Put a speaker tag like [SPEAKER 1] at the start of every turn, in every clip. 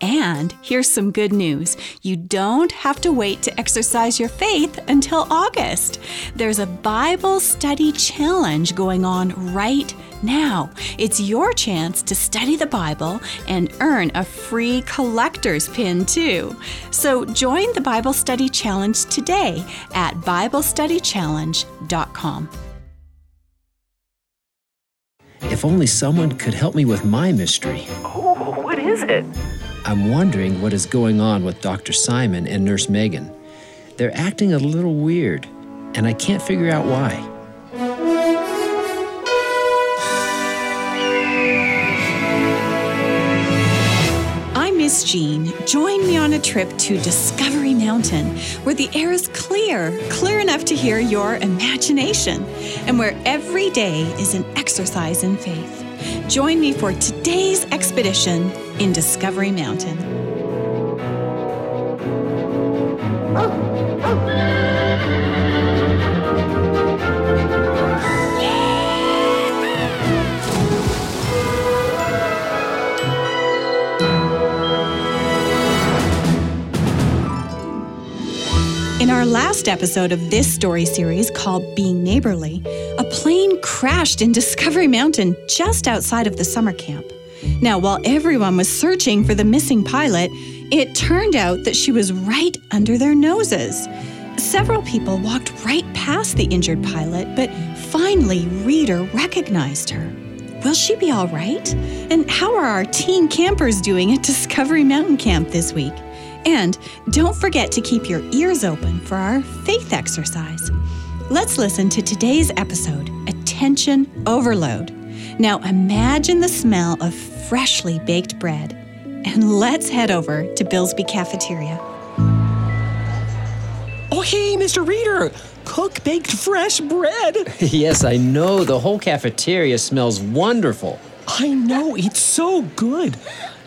[SPEAKER 1] And here's some good news you don't have to wait to exercise your faith until August. There's a Bible study challenge going on right now. It's your chance to study the Bible and earn a free collector's pin, too. So join the Bible Study Challenge today at BibleStudyChallenge.com.
[SPEAKER 2] If only someone could help me with my mystery.
[SPEAKER 3] Oh, what is it?
[SPEAKER 2] I'm wondering what is going on with Dr. Simon and Nurse Megan. They're acting a little weird, and I can't figure out why.
[SPEAKER 1] I'm Miss Jean. Join me on a trip to Discovery Mountain, where the air is clear, clear enough to hear your imagination, and where every day is an exercise in faith. Join me for today's expedition in Discovery Mountain. In our last episode of this story series called Being Neighborly, a plane crashed in Discovery Mountain just outside of the summer camp. Now, while everyone was searching for the missing pilot, it turned out that she was right under their noses. Several people walked right past the injured pilot, but finally, Reader recognized her. Will she be all right? And how are our teen campers doing at Discovery Mountain Camp this week? And don't forget to keep your ears open for our faith exercise. Let's listen to today's episode Attention Overload. Now imagine the smell of freshly baked bread. And let's head over to Billsby Cafeteria.
[SPEAKER 4] Oh, hey, Mr. Reader! Cook baked fresh bread!
[SPEAKER 2] yes, I know. The whole cafeteria smells wonderful.
[SPEAKER 4] I know, it's so good!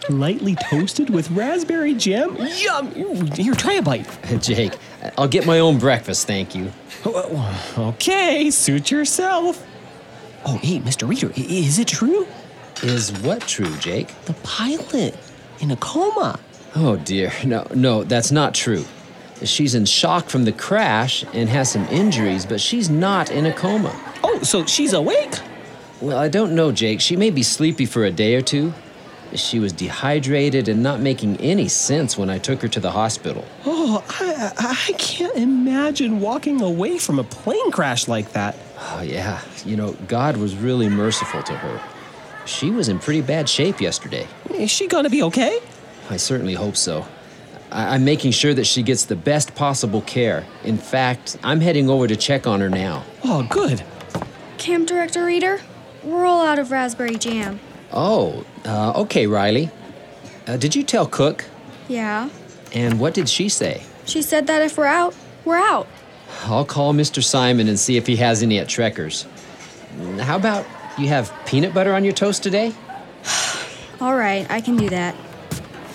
[SPEAKER 4] Lightly toasted with raspberry jam? Yum! Here, try a bite.
[SPEAKER 2] Jake, I'll get my own breakfast, thank you.
[SPEAKER 4] Oh, Okay, suit yourself. Oh, hey, Mr. Reader, i- is it true?
[SPEAKER 2] Is what true, Jake?
[SPEAKER 4] The pilot in a coma.
[SPEAKER 2] Oh dear. No, no, that's not true. She's in shock from the crash and has some injuries, but she's not in a coma.
[SPEAKER 4] Oh, so she's awake?
[SPEAKER 2] Well, I don't know, Jake. She may be sleepy for a day or two. She was dehydrated and not making any sense when I took her to the hospital.
[SPEAKER 4] Oh, I, I- I can't imagine walking away from a plane crash like that.
[SPEAKER 2] Oh, yeah. You know, God was really merciful to her. She was in pretty bad shape yesterday.
[SPEAKER 4] Is she gonna be okay?
[SPEAKER 2] I certainly hope so. I- I'm making sure that she gets the best possible care. In fact, I'm heading over to check on her now.
[SPEAKER 4] Oh, good.
[SPEAKER 5] Camp Director Reader, we're all out of raspberry jam.
[SPEAKER 2] Oh, uh, okay, Riley. Uh, did you tell Cook?
[SPEAKER 5] Yeah.
[SPEAKER 2] And what did she say?
[SPEAKER 5] She said that if we're out, we're out.
[SPEAKER 2] I'll call Mr. Simon and see if he has any at Trekker's. How about you have peanut butter on your toast today?
[SPEAKER 5] All right, I can do that.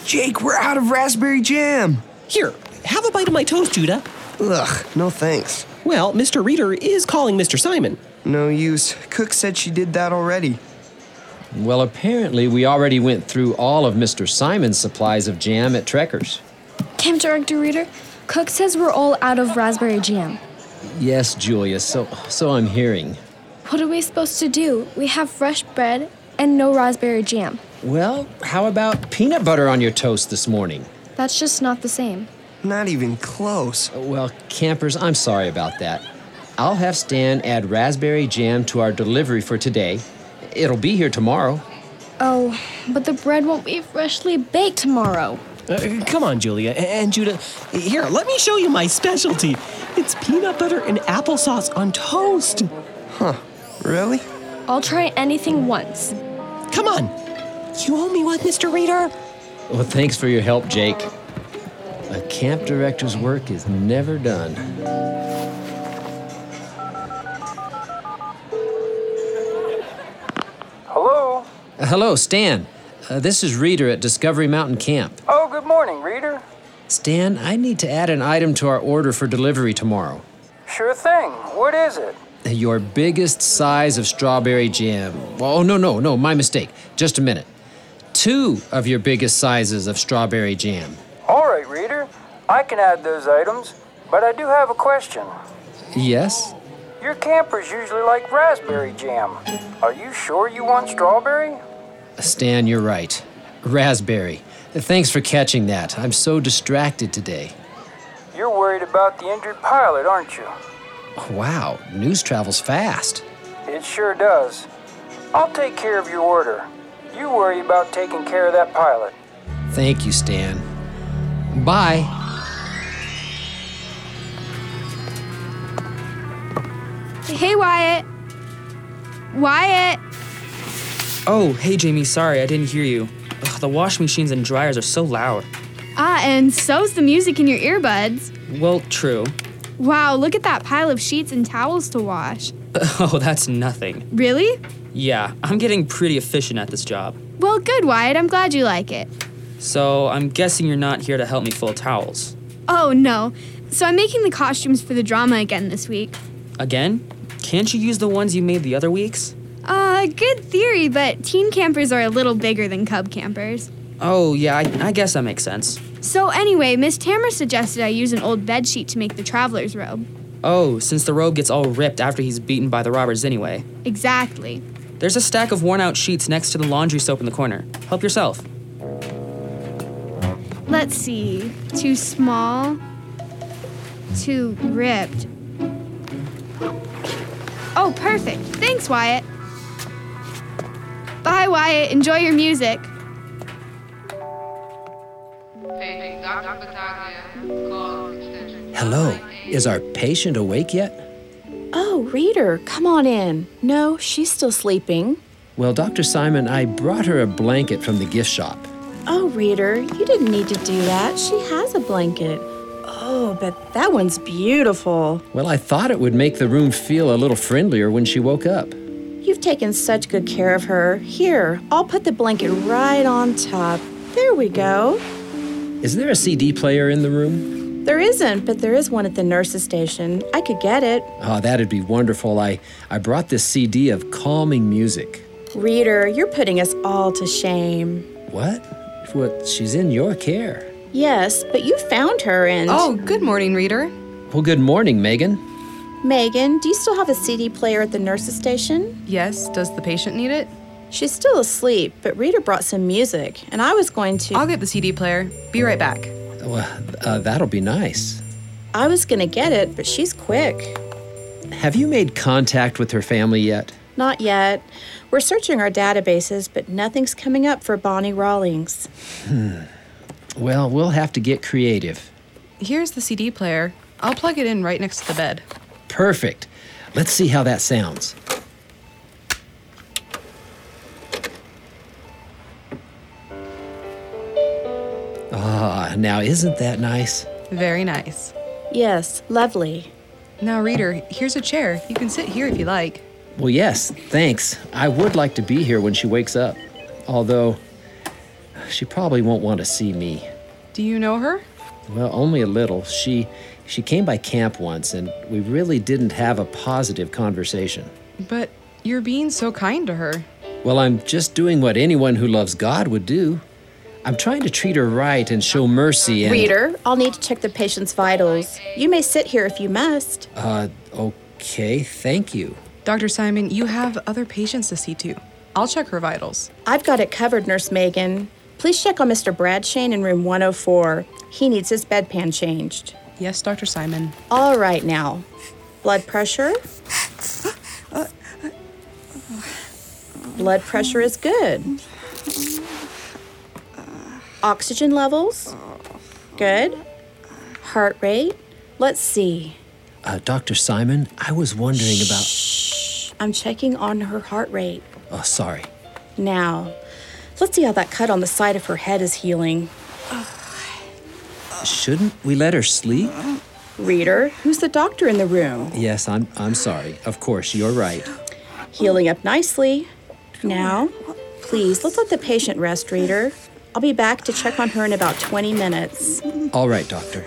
[SPEAKER 6] Jake, we're out of raspberry jam.
[SPEAKER 4] Here, have a bite of my toast, Judah.
[SPEAKER 6] Ugh, no thanks.
[SPEAKER 4] Well, Mr. Reader is calling Mr. Simon.
[SPEAKER 6] No use. Cook said she did that already.
[SPEAKER 2] Well, apparently, we already went through all of Mr. Simon's supplies of jam at Trekker's.
[SPEAKER 5] Camp Director Reader, Cook says we're all out of raspberry jam.
[SPEAKER 2] Yes, Julia, so, so I'm hearing.
[SPEAKER 5] What are we supposed to do? We have fresh bread and no raspberry jam.
[SPEAKER 2] Well, how about peanut butter on your toast this morning?
[SPEAKER 5] That's just not the same.
[SPEAKER 6] Not even close.
[SPEAKER 2] Well, campers, I'm sorry about that. I'll have Stan add raspberry jam to our delivery for today. It'll be here tomorrow.
[SPEAKER 5] Oh, but the bread won't be freshly baked tomorrow.
[SPEAKER 4] Uh, come on, Julia a- and Judah. Here, let me show you my specialty. It's peanut butter and applesauce on toast.
[SPEAKER 6] Really?
[SPEAKER 5] I'll try anything once.
[SPEAKER 4] Come on. You owe me one, Mr. Reader.
[SPEAKER 2] Well, thanks for your help, Jake. A camp director's work is never done. Hello, Stan. Uh, this is Reader at Discovery Mountain Camp.
[SPEAKER 3] Oh, good morning, reader.
[SPEAKER 2] Stan, I need to add an item to our order for delivery tomorrow.
[SPEAKER 3] Sure thing. What is it?
[SPEAKER 2] Your biggest size of strawberry jam. Well, Oh, no, no, no, my mistake. Just a minute. Two of your biggest sizes of strawberry jam.
[SPEAKER 3] All right, reader. I can add those items, but I do have a question.
[SPEAKER 2] Yes?
[SPEAKER 3] Your campers usually like raspberry jam. Are you sure you want strawberry?
[SPEAKER 2] Stan, you're right. Raspberry. Thanks for catching that. I'm so distracted today.
[SPEAKER 3] You're worried about the injured pilot, aren't you?
[SPEAKER 2] Wow, news travels fast.
[SPEAKER 3] It sure does. I'll take care of your order. You worry about taking care of that pilot.
[SPEAKER 2] Thank you, Stan. Bye.
[SPEAKER 5] Hey, Wyatt. Wyatt.
[SPEAKER 7] Oh, hey Jamie, sorry, I didn't hear you. Ugh, the wash machines and dryers are so loud.
[SPEAKER 5] Ah, and so's the music in your earbuds.
[SPEAKER 7] Well, true.
[SPEAKER 5] Wow, look at that pile of sheets and towels to wash.
[SPEAKER 7] Oh, that's nothing.
[SPEAKER 5] Really?
[SPEAKER 7] Yeah, I'm getting pretty efficient at this job.
[SPEAKER 5] Well, good, Wyatt. I'm glad you like it.
[SPEAKER 7] So, I'm guessing you're not here to help me fold towels.
[SPEAKER 5] Oh, no. So I'm making the costumes for the drama again this week.
[SPEAKER 7] Again? Can't you use the ones you made the other weeks?
[SPEAKER 5] Uh, good theory, but teen campers are a little bigger than cub campers.
[SPEAKER 7] Oh, yeah, I, I guess that makes sense.
[SPEAKER 5] So anyway, Miss Tamara suggested I use an old bedsheet to make the traveler's robe.
[SPEAKER 7] Oh, since the robe gets all ripped after he's beaten by the robbers anyway.
[SPEAKER 5] Exactly.
[SPEAKER 7] There's a stack of worn out sheets next to the laundry soap in the corner. Help yourself.
[SPEAKER 5] Let's see. Too small. Too ripped. Oh, perfect. Thanks, Wyatt. Bye, Wyatt. Enjoy your music.
[SPEAKER 2] Hello. Is our patient awake yet?
[SPEAKER 8] Oh, Reader, come on in. No, she's still sleeping.
[SPEAKER 2] Well, Dr. Simon, I brought her a blanket from the gift shop.
[SPEAKER 8] Oh, Reader, you didn't need to do that. She has a blanket. Oh, but that one's beautiful.
[SPEAKER 2] Well, I thought it would make the room feel a little friendlier when she woke up.
[SPEAKER 8] You've taken such good care of her. Here, I'll put the blanket right on top. There we go.
[SPEAKER 2] Is there a CD player in the room?
[SPEAKER 8] There isn't, but there is one at the nurse's station. I could get it.
[SPEAKER 2] Oh, that'd be wonderful. I, I brought this CD of calming music.
[SPEAKER 8] Reader, you're putting us all to shame.
[SPEAKER 2] What? What? She's in your care.
[SPEAKER 8] Yes, but you found her and.
[SPEAKER 9] Oh, good morning, reader.
[SPEAKER 2] Well, good morning, Megan.
[SPEAKER 8] Megan, do you still have a CD player at the nurse's station?
[SPEAKER 9] Yes, does the patient need it?
[SPEAKER 8] She's still asleep, but Rita brought some music, and I was going to
[SPEAKER 9] I'll get the CD player. Be right back.
[SPEAKER 2] Well, uh, that'll be nice.
[SPEAKER 8] I was going to get it, but she's quick.
[SPEAKER 2] Have you made contact with her family yet?
[SPEAKER 8] Not yet. We're searching our databases, but nothing's coming up for Bonnie Rawlings.
[SPEAKER 2] Hmm. Well, we'll have to get creative.
[SPEAKER 9] Here's the CD player. I'll plug it in right next to the bed.
[SPEAKER 2] Perfect. Let's see how that sounds. Ah, now isn't that nice?
[SPEAKER 9] Very nice.
[SPEAKER 8] Yes, lovely.
[SPEAKER 9] Now, reader, here's a chair. You can sit here if you like.
[SPEAKER 2] Well, yes, thanks. I would like to be here when she wakes up. Although, she probably won't want to see me.
[SPEAKER 9] Do you know her?
[SPEAKER 2] Well, only a little. She she came by camp once and we really didn't have a positive conversation.
[SPEAKER 9] But you're being so kind to her.
[SPEAKER 2] Well, I'm just doing what anyone who loves God would do. I'm trying to treat her right and show mercy and
[SPEAKER 8] Reader, I'll need to check the patient's vitals. You may sit here if you must.
[SPEAKER 2] Uh okay, thank you.
[SPEAKER 9] Dr. Simon, you have other patients to see to. I'll check her vitals.
[SPEAKER 8] I've got it covered, Nurse Megan. Please check on Mr. Bradshane in room 104. He needs his bedpan changed.
[SPEAKER 9] Yes, Dr. Simon.
[SPEAKER 8] All right now. Blood pressure? Blood pressure is good. Oxygen levels? Good. Heart rate? Let's see.
[SPEAKER 2] Uh, Dr. Simon, I was wondering about
[SPEAKER 8] I'm checking on her heart rate
[SPEAKER 2] Oh, sorry.
[SPEAKER 8] now. Let's see how that cut on the side of her head is healing.
[SPEAKER 2] Shouldn't we let her sleep?
[SPEAKER 8] Reader, who's the doctor in the room?
[SPEAKER 2] Yes, I'm I'm sorry. Of course, you're right.
[SPEAKER 8] Healing up nicely. Now, Please, let's let the patient rest, reader. I'll be back to check on her in about 20 minutes.
[SPEAKER 2] All right, Doctor.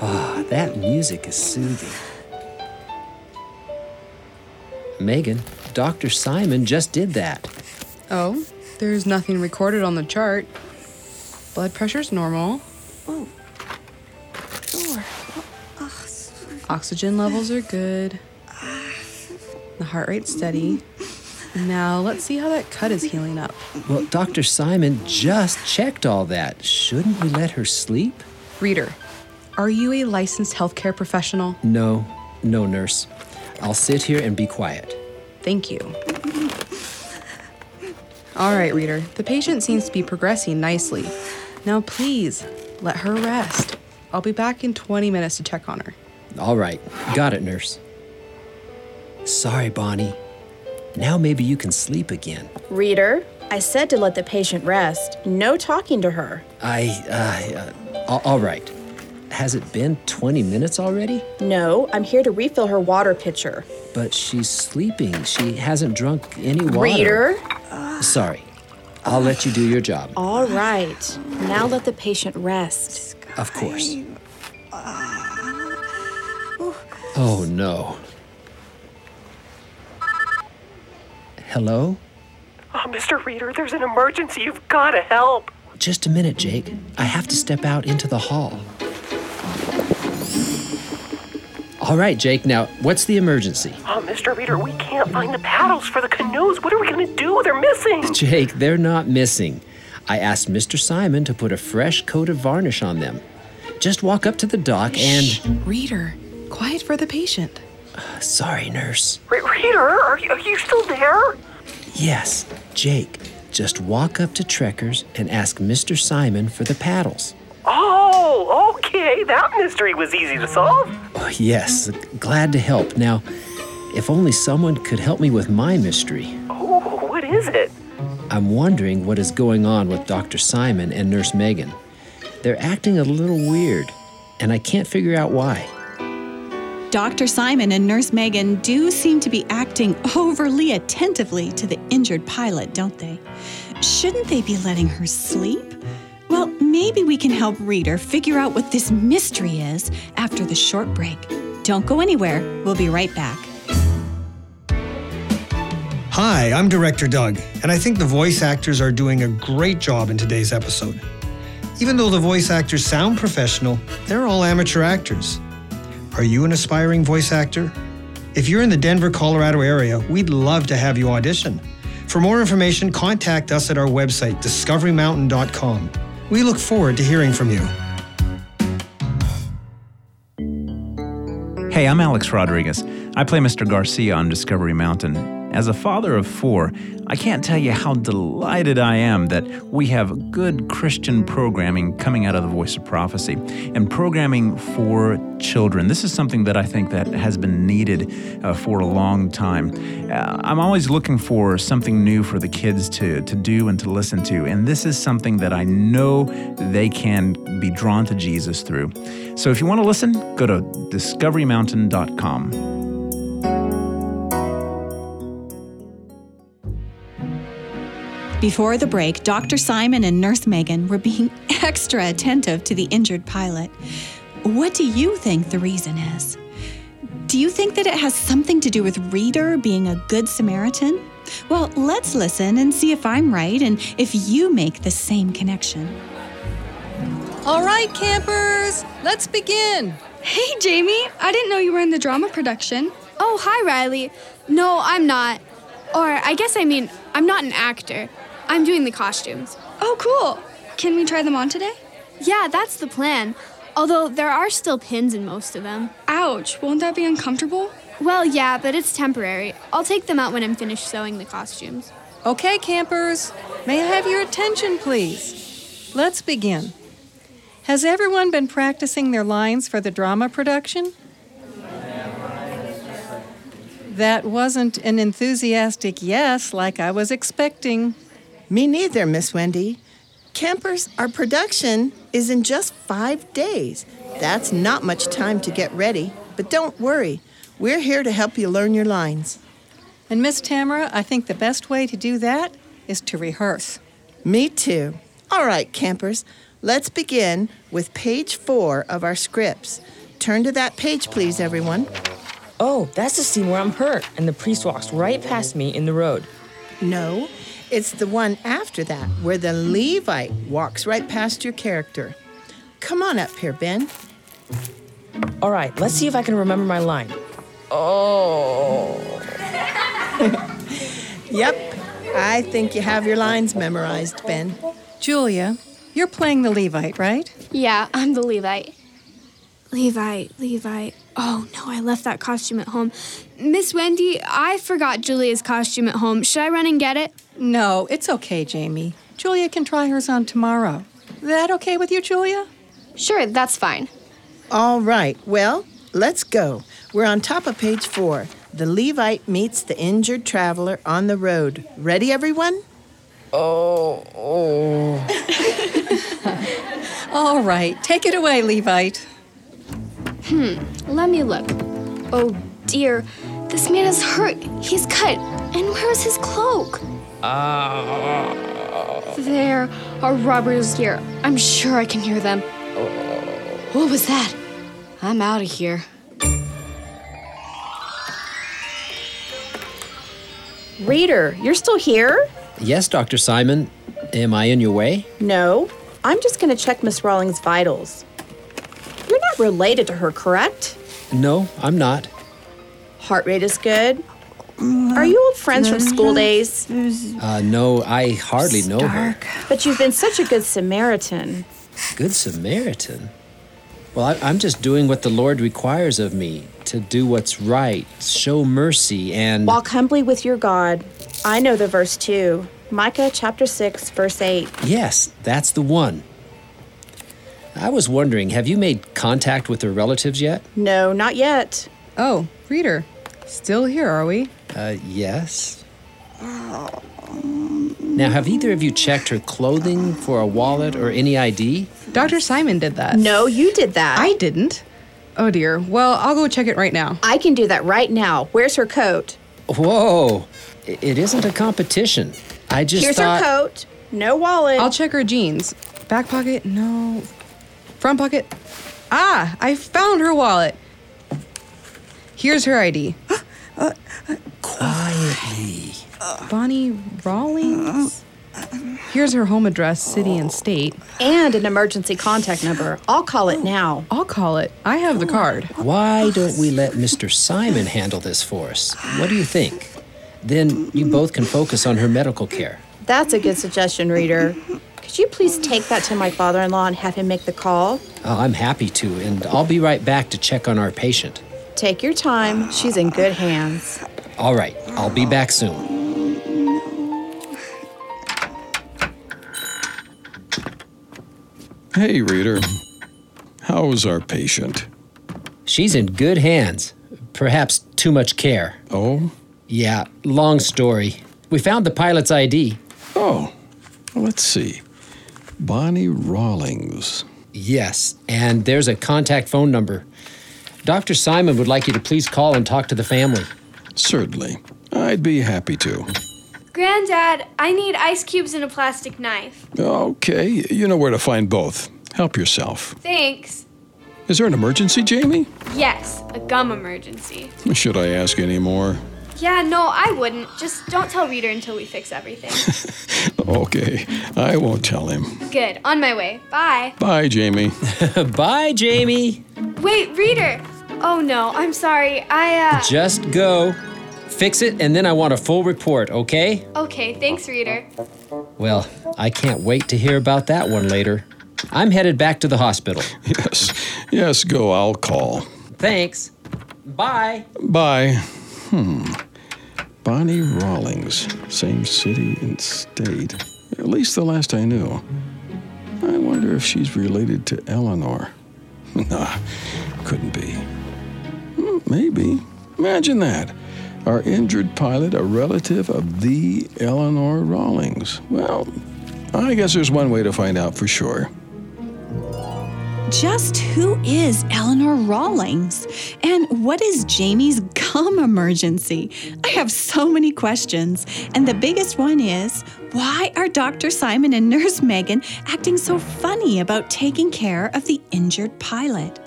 [SPEAKER 2] Ah, that music is soothing. Megan, Dr. Simon just did that.
[SPEAKER 9] Oh, there's nothing recorded on the chart. Blood pressure's normal. Oxygen levels are good. The heart rate's steady. Now let's see how that cut is healing up.
[SPEAKER 2] Well, Dr. Simon just checked all that. Shouldn't we let her sleep?
[SPEAKER 9] Reader, are you a licensed healthcare professional?
[SPEAKER 2] No, no, nurse. I'll sit here and be quiet.
[SPEAKER 9] Thank you. All right, reader, the patient seems to be progressing nicely. Now please let her rest. I'll be back in 20 minutes to check on her.
[SPEAKER 2] All right, got it, nurse. Sorry, Bonnie. Now maybe you can sleep again.
[SPEAKER 8] Reader, I said to let the patient rest. No talking to her.
[SPEAKER 2] I, I, uh, all- all right. Has it been 20 minutes already?
[SPEAKER 8] No, I'm here to refill her water pitcher.
[SPEAKER 2] But she's sleeping. She hasn't drunk any water.
[SPEAKER 8] Reader?
[SPEAKER 2] Sorry. I'll let you do your job.
[SPEAKER 8] All right. Now let the patient rest.
[SPEAKER 2] Of course. Oh no. Hello?
[SPEAKER 10] Oh, Mr. Reader, there's an emergency. You've got to help.
[SPEAKER 2] Just a minute, Jake. I have to step out into the hall. All right, Jake, now what's the emergency?
[SPEAKER 10] Oh, Mr. Reader, we can't find the paddles for the canoes. What are we going to do? They're missing.
[SPEAKER 2] Jake, they're not missing. I asked Mr. Simon to put a fresh coat of varnish on them. Just walk up to the dock and.
[SPEAKER 9] Reader, quiet for the patient.
[SPEAKER 2] Sorry, nurse.
[SPEAKER 10] Re- Reader, are you, are you still there?
[SPEAKER 2] Yes, Jake. Just walk up to Trekkers and ask Mr. Simon for the paddles.
[SPEAKER 10] Oh, okay. That mystery was easy to solve.
[SPEAKER 2] Oh, yes, glad to help. Now, if only someone could help me with my mystery.
[SPEAKER 10] Oh, what is it?
[SPEAKER 2] I'm wondering what is going on with Dr. Simon and Nurse Megan. They're acting a little weird, and I can't figure out why.
[SPEAKER 1] Dr. Simon and Nurse Megan do seem to be acting overly attentively to the injured pilot, don't they? Shouldn't they be letting her sleep? Well, maybe we can help Reader figure out what this mystery is after the short break. Don't go anywhere, we'll be right back.
[SPEAKER 11] Hi, I'm Director Doug, and I think the voice actors are doing a great job in today's episode. Even though the voice actors sound professional, they're all amateur actors. Are you an aspiring voice actor? If you're in the Denver, Colorado area, we'd love to have you audition. For more information, contact us at our website, discoverymountain.com. We look forward to hearing from you.
[SPEAKER 12] Hey, I'm Alex Rodriguez. I play Mr. Garcia on Discovery Mountain. As a father of four, I can't tell you how delighted I am that we have good Christian programming coming out of the Voice of Prophecy and programming for children. This is something that I think that has been needed uh, for a long time. Uh, I'm always looking for something new for the kids to, to do and to listen to, and this is something that I know they can be drawn to Jesus through. So if you want to listen, go to discoverymountain.com.
[SPEAKER 1] Before the break, Dr. Simon and Nurse Megan were being extra attentive to the injured pilot. What do you think the reason is? Do you think that it has something to do with Reader being a good Samaritan? Well, let's listen and see if I'm right and if you make the same connection.
[SPEAKER 13] All right, campers, let's begin.
[SPEAKER 5] Hey, Jamie, I didn't know you were in the drama production. Oh, hi, Riley. No, I'm not. Or I guess I mean, I'm not an actor. I'm doing the costumes. Oh, cool. Can we try them on today?
[SPEAKER 14] Yeah, that's the plan. Although there are still pins in most of them.
[SPEAKER 5] Ouch, won't that be uncomfortable?
[SPEAKER 14] Well, yeah, but it's temporary. I'll take them out when I'm finished sewing the costumes.
[SPEAKER 13] Okay, campers, may I have your attention, please? Let's begin. Has everyone been practicing their lines for the drama production? That wasn't an enthusiastic yes like I was expecting.
[SPEAKER 15] Me neither, Miss Wendy. Campers, our production is in just five days. That's not much time to get ready, but don't worry. We're here to help you learn your lines.
[SPEAKER 13] And Miss Tamara, I think the best way to do that is to rehearse.
[SPEAKER 15] Me too. All right, campers, let's begin with page four of our scripts. Turn to that page, please, everyone.
[SPEAKER 16] Oh, that's the scene where I'm hurt and the priest walks right past me in the road.
[SPEAKER 15] No, it's the one after that where the Levite walks right past your character. Come on up here, Ben.
[SPEAKER 16] All right, let's see if I can remember my line. Oh.
[SPEAKER 15] Yep, I think you have your lines memorized, Ben.
[SPEAKER 13] Julia, you're playing the Levite, right?
[SPEAKER 14] Yeah, I'm the Levite. Levite, Levite. Oh no, I left that costume at home.
[SPEAKER 5] Miss Wendy, I forgot Julia's costume at home. Should I run and get it?
[SPEAKER 13] No, it's okay, Jamie. Julia can try hers on tomorrow. That okay with you, Julia?
[SPEAKER 14] Sure, that's fine.
[SPEAKER 15] All right, well, let's go. We're on top of page four. The Levite meets the injured traveler on the road. Ready, everyone?
[SPEAKER 16] Oh, oh.
[SPEAKER 13] All right, take it away, Levite.
[SPEAKER 14] Hmm, let me look. Oh dear, this man is hurt. He's cut. And where's his cloak? There are robbers here. I'm sure I can hear them. What was that? I'm out of here.
[SPEAKER 8] Reader, you're still here?
[SPEAKER 2] Yes, Dr. Simon. Am I in your way?
[SPEAKER 8] No. I'm just going to check Miss Rawlings' vitals. You're not related to her, correct?
[SPEAKER 2] No, I'm not.
[SPEAKER 8] Heart rate is good. Are you old friends from school days?
[SPEAKER 2] Uh, no, I hardly know her.
[SPEAKER 8] But you've been such a good Samaritan.
[SPEAKER 2] Good Samaritan. Well, I, I'm just doing what the Lord requires of me to do what's right, show mercy, and.
[SPEAKER 8] Walk humbly with your God. I know the verse too. Micah chapter 6, verse 8.
[SPEAKER 2] Yes, that's the one. I was wondering, have you made contact with her relatives yet?
[SPEAKER 8] No, not yet.
[SPEAKER 9] Oh, reader, still here, are we?
[SPEAKER 2] Uh, yes. Now, have either of you checked her clothing for a wallet or any ID?
[SPEAKER 9] Dr. Simon did that.
[SPEAKER 8] No, you did that.
[SPEAKER 9] I didn't. Oh dear. Well, I'll go check it right now.
[SPEAKER 8] I can do that right now. Where's her coat?
[SPEAKER 2] Whoa! I- It isn't a competition. I just
[SPEAKER 8] Here's
[SPEAKER 2] thought.
[SPEAKER 8] her coat. No wallet.
[SPEAKER 9] I'll check her jeans. Back pocket? No. Front pocket? Ah, I found her wallet. Here's her ID.
[SPEAKER 8] Uh,
[SPEAKER 2] Quietly.
[SPEAKER 8] uh.
[SPEAKER 9] Bonnie Rawlings? Here's her home address, city, and state.
[SPEAKER 8] And an emergency contact number. I'll call it now.
[SPEAKER 9] I'll call it. I have the card.
[SPEAKER 2] Why don't we let Mr. Simon handle this for us? What do you think? Then you both can focus on her medical care.
[SPEAKER 8] That's a good suggestion, reader. Could you please take that to my father in law and have him make the call?
[SPEAKER 2] Oh, I'm happy to, and I'll be right back to check on our patient.
[SPEAKER 8] Take your time. She's in good hands.
[SPEAKER 2] All right, I'll be back soon.
[SPEAKER 17] Hey, reader. How's our patient?
[SPEAKER 2] She's in good hands. Perhaps too much care.
[SPEAKER 17] Oh?
[SPEAKER 2] Yeah, long story. We found the pilot's ID.
[SPEAKER 17] Oh, let's see. Bonnie Rawlings.
[SPEAKER 2] Yes, and there's a contact phone number. Dr. Simon would like you to please call and talk to the family.
[SPEAKER 17] Certainly. I'd be happy to.
[SPEAKER 14] Granddad, I need ice cubes and a plastic knife.
[SPEAKER 17] Okay, you know where to find both. Help yourself.
[SPEAKER 14] Thanks.
[SPEAKER 17] Is there an emergency, Jamie?
[SPEAKER 14] Yes, a gum emergency.
[SPEAKER 17] Should I ask any more?
[SPEAKER 14] Yeah, no, I wouldn't. Just don't tell Reader until we fix everything.
[SPEAKER 17] Okay, I won't tell him.
[SPEAKER 14] Good. On my way. Bye.
[SPEAKER 17] Bye, Jamie.
[SPEAKER 2] Bye, Jamie.
[SPEAKER 14] Wait, Reader. Oh no, I'm sorry. I uh
[SPEAKER 2] Just go, fix it, and then I want a full report, okay?
[SPEAKER 14] uh, Okay, thanks, Reader.
[SPEAKER 2] Well, I can't wait to hear about that one later. I'm headed back to the hospital.
[SPEAKER 17] Yes, yes, go. I'll call.
[SPEAKER 2] Thanks. Bye.
[SPEAKER 17] Bye. Hmm. Bonnie Rawlings, same city and state. At least the last I knew. I wonder if she's related to Eleanor. Nah, couldn't be. Hmm, Maybe. Imagine that. Our injured pilot, a relative of the Eleanor Rawlings. Well, I guess there's one way to find out for sure.
[SPEAKER 1] Just who is Eleanor Rawlings? And what is Jamie's gum emergency? I have so many questions. And the biggest one is why are Dr. Simon and Nurse Megan acting so funny about taking care of the injured pilot?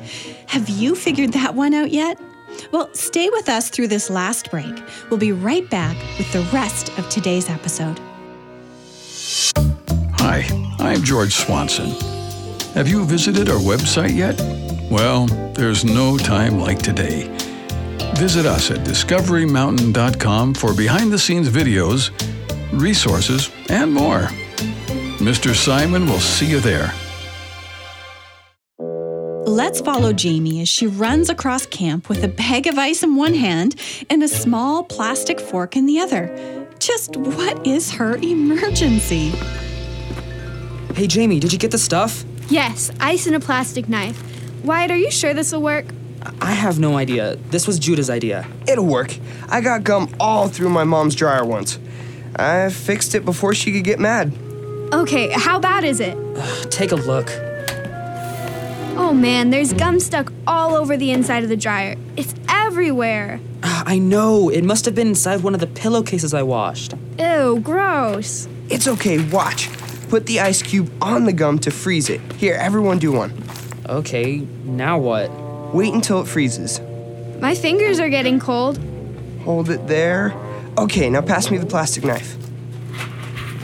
[SPEAKER 1] Have you figured that one out yet? Well, stay with us through this last break. We'll be right back with the rest of today's episode.
[SPEAKER 17] Hi, I'm George Swanson. Have you visited our website yet? Well, there's no time like today. Visit us at discoverymountain.com for behind the scenes videos, resources, and more. Mr. Simon will see you there.
[SPEAKER 1] Let's follow Jamie as she runs across camp with a bag of ice in one hand and a small plastic fork in the other. Just what is her emergency?
[SPEAKER 7] Hey, Jamie, did you get the stuff?
[SPEAKER 5] Yes, ice and a plastic knife. Wyatt, are you sure this will work?
[SPEAKER 7] I have no idea. This was Judah's idea.
[SPEAKER 6] It'll work. I got gum all through my mom's dryer once. I fixed it before she could get mad.
[SPEAKER 5] Okay, how bad is it?
[SPEAKER 7] Take a look.
[SPEAKER 5] Oh man, there's gum stuck all over the inside of the dryer. It's everywhere.
[SPEAKER 7] I know. It must have been inside one of the pillowcases I washed.
[SPEAKER 5] Ew, gross.
[SPEAKER 6] It's okay, watch. Put the ice cube on the gum to freeze it. Here, everyone do one.
[SPEAKER 7] Okay, now what?
[SPEAKER 6] Wait until it freezes.
[SPEAKER 5] My fingers are getting cold.
[SPEAKER 6] Hold it there. Okay, now pass me the plastic knife.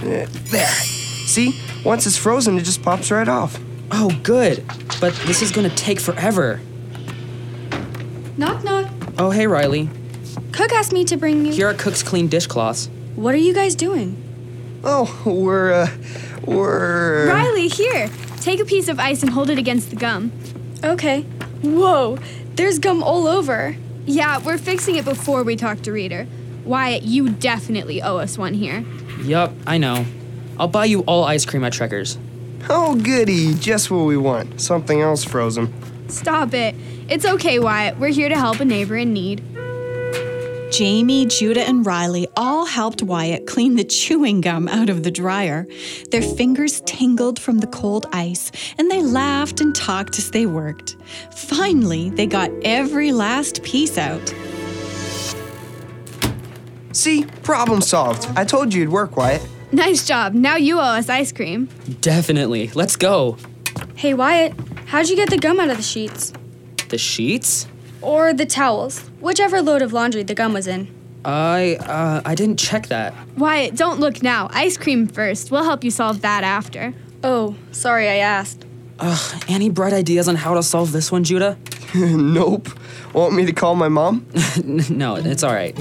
[SPEAKER 6] Uh, There. See? Once it's frozen, it just pops right off.
[SPEAKER 7] Oh, good. But this is gonna take forever.
[SPEAKER 5] Knock, knock.
[SPEAKER 7] Oh, hey, Riley.
[SPEAKER 5] Cook asked me to bring you.
[SPEAKER 7] Here are Cook's clean dishcloths.
[SPEAKER 5] What are you guys doing?
[SPEAKER 6] Oh, we're, uh, we're. uh,
[SPEAKER 5] Riley, here. Take a piece of ice and hold it against the gum. Okay. Whoa, there's gum all over. Yeah, we're fixing it before we talk to Reader. Wyatt, you definitely owe us one here.
[SPEAKER 7] Yup, I know. I'll buy you all ice cream at Trekker's.
[SPEAKER 6] Oh, goody. Just what we want. Something else frozen.
[SPEAKER 5] Stop it. It's okay, Wyatt. We're here to help a neighbor in need.
[SPEAKER 1] Jamie, Judah, and Riley all helped Wyatt clean the chewing gum out of the dryer. Their fingers tingled from the cold ice, and they laughed and talked as they worked. Finally, they got every last piece out.
[SPEAKER 6] See? Problem solved. I told you it'd work, Wyatt.
[SPEAKER 5] Nice job. Now you owe us ice cream.
[SPEAKER 7] Definitely. Let's go.
[SPEAKER 5] Hey, Wyatt, how'd you get the gum out of the sheets?
[SPEAKER 7] The sheets?
[SPEAKER 18] Or the towels, whichever load of laundry the gum was in.
[SPEAKER 7] I uh, I didn't check that.
[SPEAKER 5] Wyatt, don't look now. Ice cream first. We'll help you solve that after.
[SPEAKER 18] Oh, sorry I asked.
[SPEAKER 7] Ugh, any bright ideas on how to solve this one, Judah?
[SPEAKER 6] nope. Want me to call my mom?
[SPEAKER 7] no, it's all right.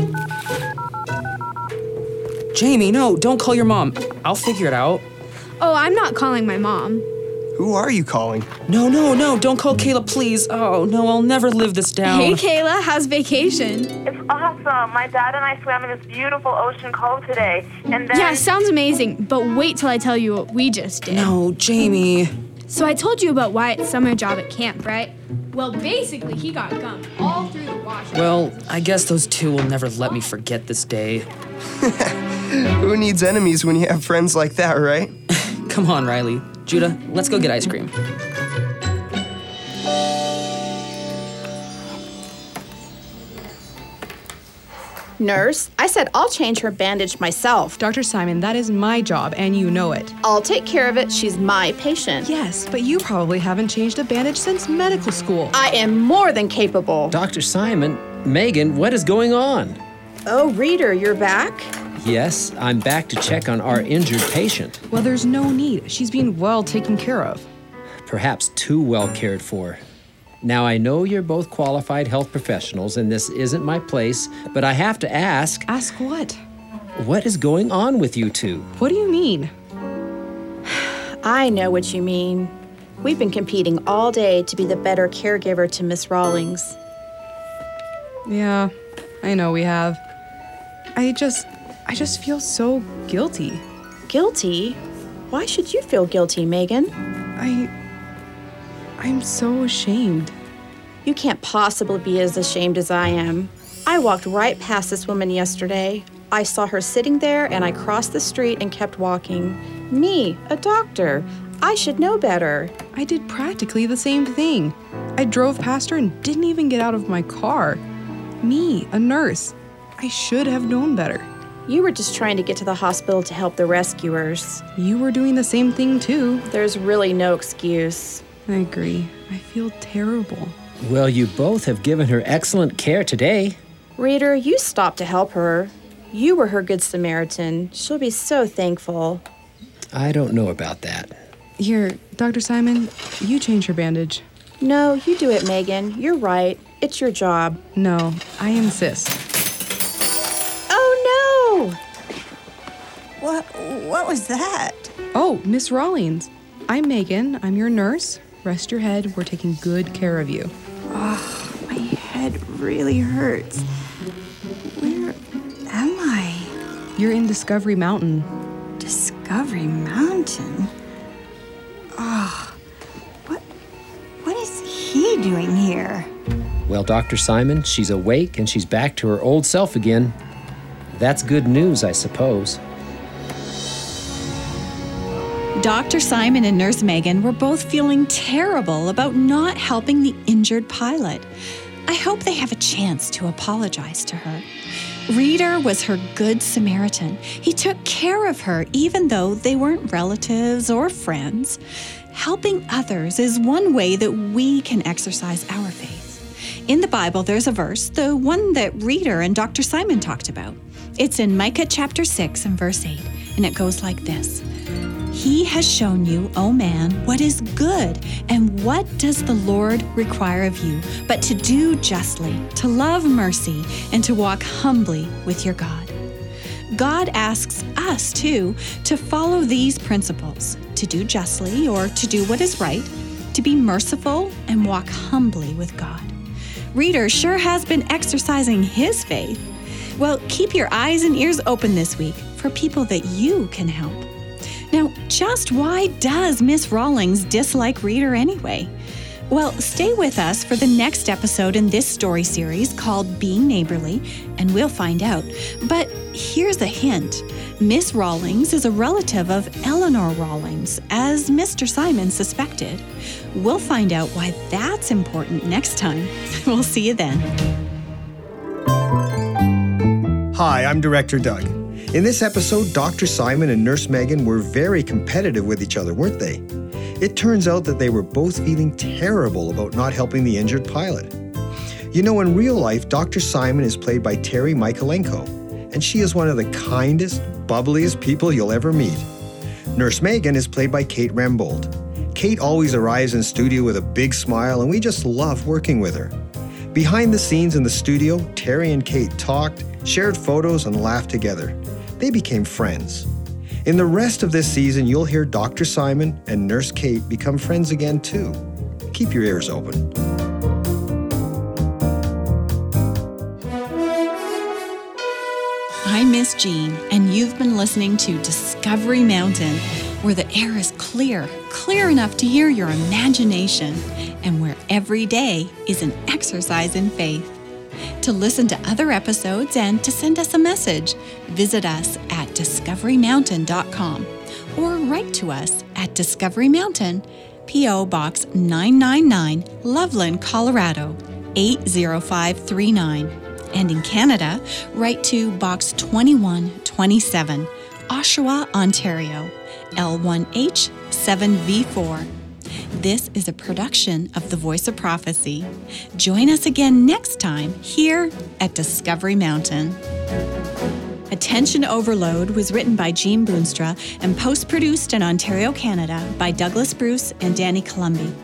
[SPEAKER 7] Jamie, no, don't call your mom. I'll figure it out.
[SPEAKER 5] Oh, I'm not calling my mom.
[SPEAKER 6] Who are you calling?
[SPEAKER 7] No, no, no, don't call Kayla, please. Oh, no, I'll never live this down.
[SPEAKER 5] Hey, Kayla, how's vacation?
[SPEAKER 19] It's awesome. My dad and I swam in this beautiful ocean cove today, and then
[SPEAKER 5] Yeah, sounds amazing, but wait till I tell you what we just did.
[SPEAKER 7] No, Jamie.
[SPEAKER 5] So I told you about Wyatt's summer job at camp, right? Well, basically, he got gum all through the wash.
[SPEAKER 7] Well, I guess those two will never let me forget this day.
[SPEAKER 6] Who needs enemies when you have friends like that, right?
[SPEAKER 7] Come on, Riley. Judah, let's go get ice cream.
[SPEAKER 8] Nurse, I said I'll change her bandage myself.
[SPEAKER 9] Dr. Simon, that is my job, and you know it.
[SPEAKER 8] I'll take care of it. She's my patient.
[SPEAKER 9] Yes, but you probably haven't changed a bandage since medical school.
[SPEAKER 8] I am more than capable.
[SPEAKER 2] Dr. Simon, Megan, what is going on?
[SPEAKER 8] Oh, reader, you're back?
[SPEAKER 2] Yes, I'm back to check on our injured patient,
[SPEAKER 9] Well, there's no need. She's being well taken care of.
[SPEAKER 2] perhaps too well cared for. Now, I know you're both qualified health professionals, and this isn't my place, but I have to ask
[SPEAKER 9] Ask what?
[SPEAKER 2] what is going on with you two?
[SPEAKER 9] What do you mean?
[SPEAKER 8] I know what you mean. We've been competing all day to be the better caregiver to Miss Rawlings.
[SPEAKER 9] Yeah, I know we have. I just, I just feel so guilty.
[SPEAKER 8] Guilty? Why should you feel guilty, Megan?
[SPEAKER 9] I, I'm so ashamed.
[SPEAKER 8] You can't possibly be as ashamed as I am. I walked right past this woman yesterday. I saw her sitting there and I crossed the street and kept walking. Me, a doctor. I should know better.
[SPEAKER 9] I did practically the same thing. I drove past her and didn't even get out of my car. Me, a nurse. I should have known better.
[SPEAKER 8] You were just trying to get to the hospital to help the rescuers.
[SPEAKER 9] You were doing the same thing too.
[SPEAKER 8] There's really no excuse.
[SPEAKER 9] I agree. I feel terrible.
[SPEAKER 2] Well, you both have given her excellent care today.
[SPEAKER 8] Reader, you stopped to help her. You were her good Samaritan. She'll be so thankful.
[SPEAKER 2] I don't know about that.
[SPEAKER 9] Here, Dr. Simon, you change her bandage.
[SPEAKER 8] No, you do it, Megan. You're right. It's your job.
[SPEAKER 9] No, I insist.
[SPEAKER 8] Oh
[SPEAKER 20] What what was that?
[SPEAKER 9] no! Oh, Miss Rawlings. I'm Megan. I'm your nurse. Rest your head. We're taking good care of you.
[SPEAKER 20] Head really hurts. Where am I?
[SPEAKER 9] You're in Discovery Mountain.
[SPEAKER 20] Discovery Mountain. Ah, what what is he doing here?
[SPEAKER 2] Well, Dr. Simon, she's awake and she's back to her old self again. That's good news, I suppose.
[SPEAKER 1] Dr. Simon and Nurse Megan were both feeling terrible about not helping the injured pilot. I hope they have a chance to apologize to her. Reader was her good Samaritan. He took care of her even though they weren't relatives or friends. Helping others is one way that we can exercise our faith. In the Bible, there's a verse, the one that Reader and Dr. Simon talked about. It's in Micah chapter 6 and verse 8, and it goes like this. He has shown you, O man, what is good, and what does the Lord require of you, but to do justly, to love mercy, and to walk humbly with your God. God asks us, too, to follow these principles to do justly, or to do what is right, to be merciful, and walk humbly with God. Reader sure has been exercising his faith. Well, keep your eyes and ears open this week for people that you can help. Now, just why does Miss Rawlings dislike Reader anyway? Well, stay with us for the next episode in this story series called Being Neighborly, and we'll find out. But here's a hint Miss Rawlings is a relative of Eleanor Rawlings, as Mr. Simon suspected. We'll find out why that's important next time. We'll see you then.
[SPEAKER 11] Hi, I'm Director Doug. In this episode, Dr. Simon and Nurse Megan were very competitive with each other, weren't they? It turns out that they were both feeling terrible about not helping the injured pilot. You know, in real life, Dr. Simon is played by Terry Michalenko, and she is one of the kindest, bubbliest people you'll ever meet. Nurse Megan is played by Kate Rambold. Kate always arrives in studio with a big smile, and we just love working with her. Behind the scenes in the studio, Terry and Kate talked, shared photos, and laughed together. They became friends. In the rest of this season, you'll hear Dr. Simon and Nurse Kate become friends again, too. Keep your ears open.
[SPEAKER 1] I'm Miss Jean, and you've been listening to Discovery Mountain, where the air is clear, clear enough to hear your imagination, and where every day is an exercise in faith. To listen to other episodes and to send us a message, visit us at discoverymountain.com or write to us at Discovery Mountain, P.O. Box 999, Loveland, Colorado 80539. And in Canada, write to Box 2127, Oshawa, Ontario L1H7V4. This is a production of The Voice of Prophecy. Join us again next time here at Discovery Mountain. Attention Overload was written by Jean Boonstra and post produced in Ontario, Canada by Douglas Bruce and Danny Columbi.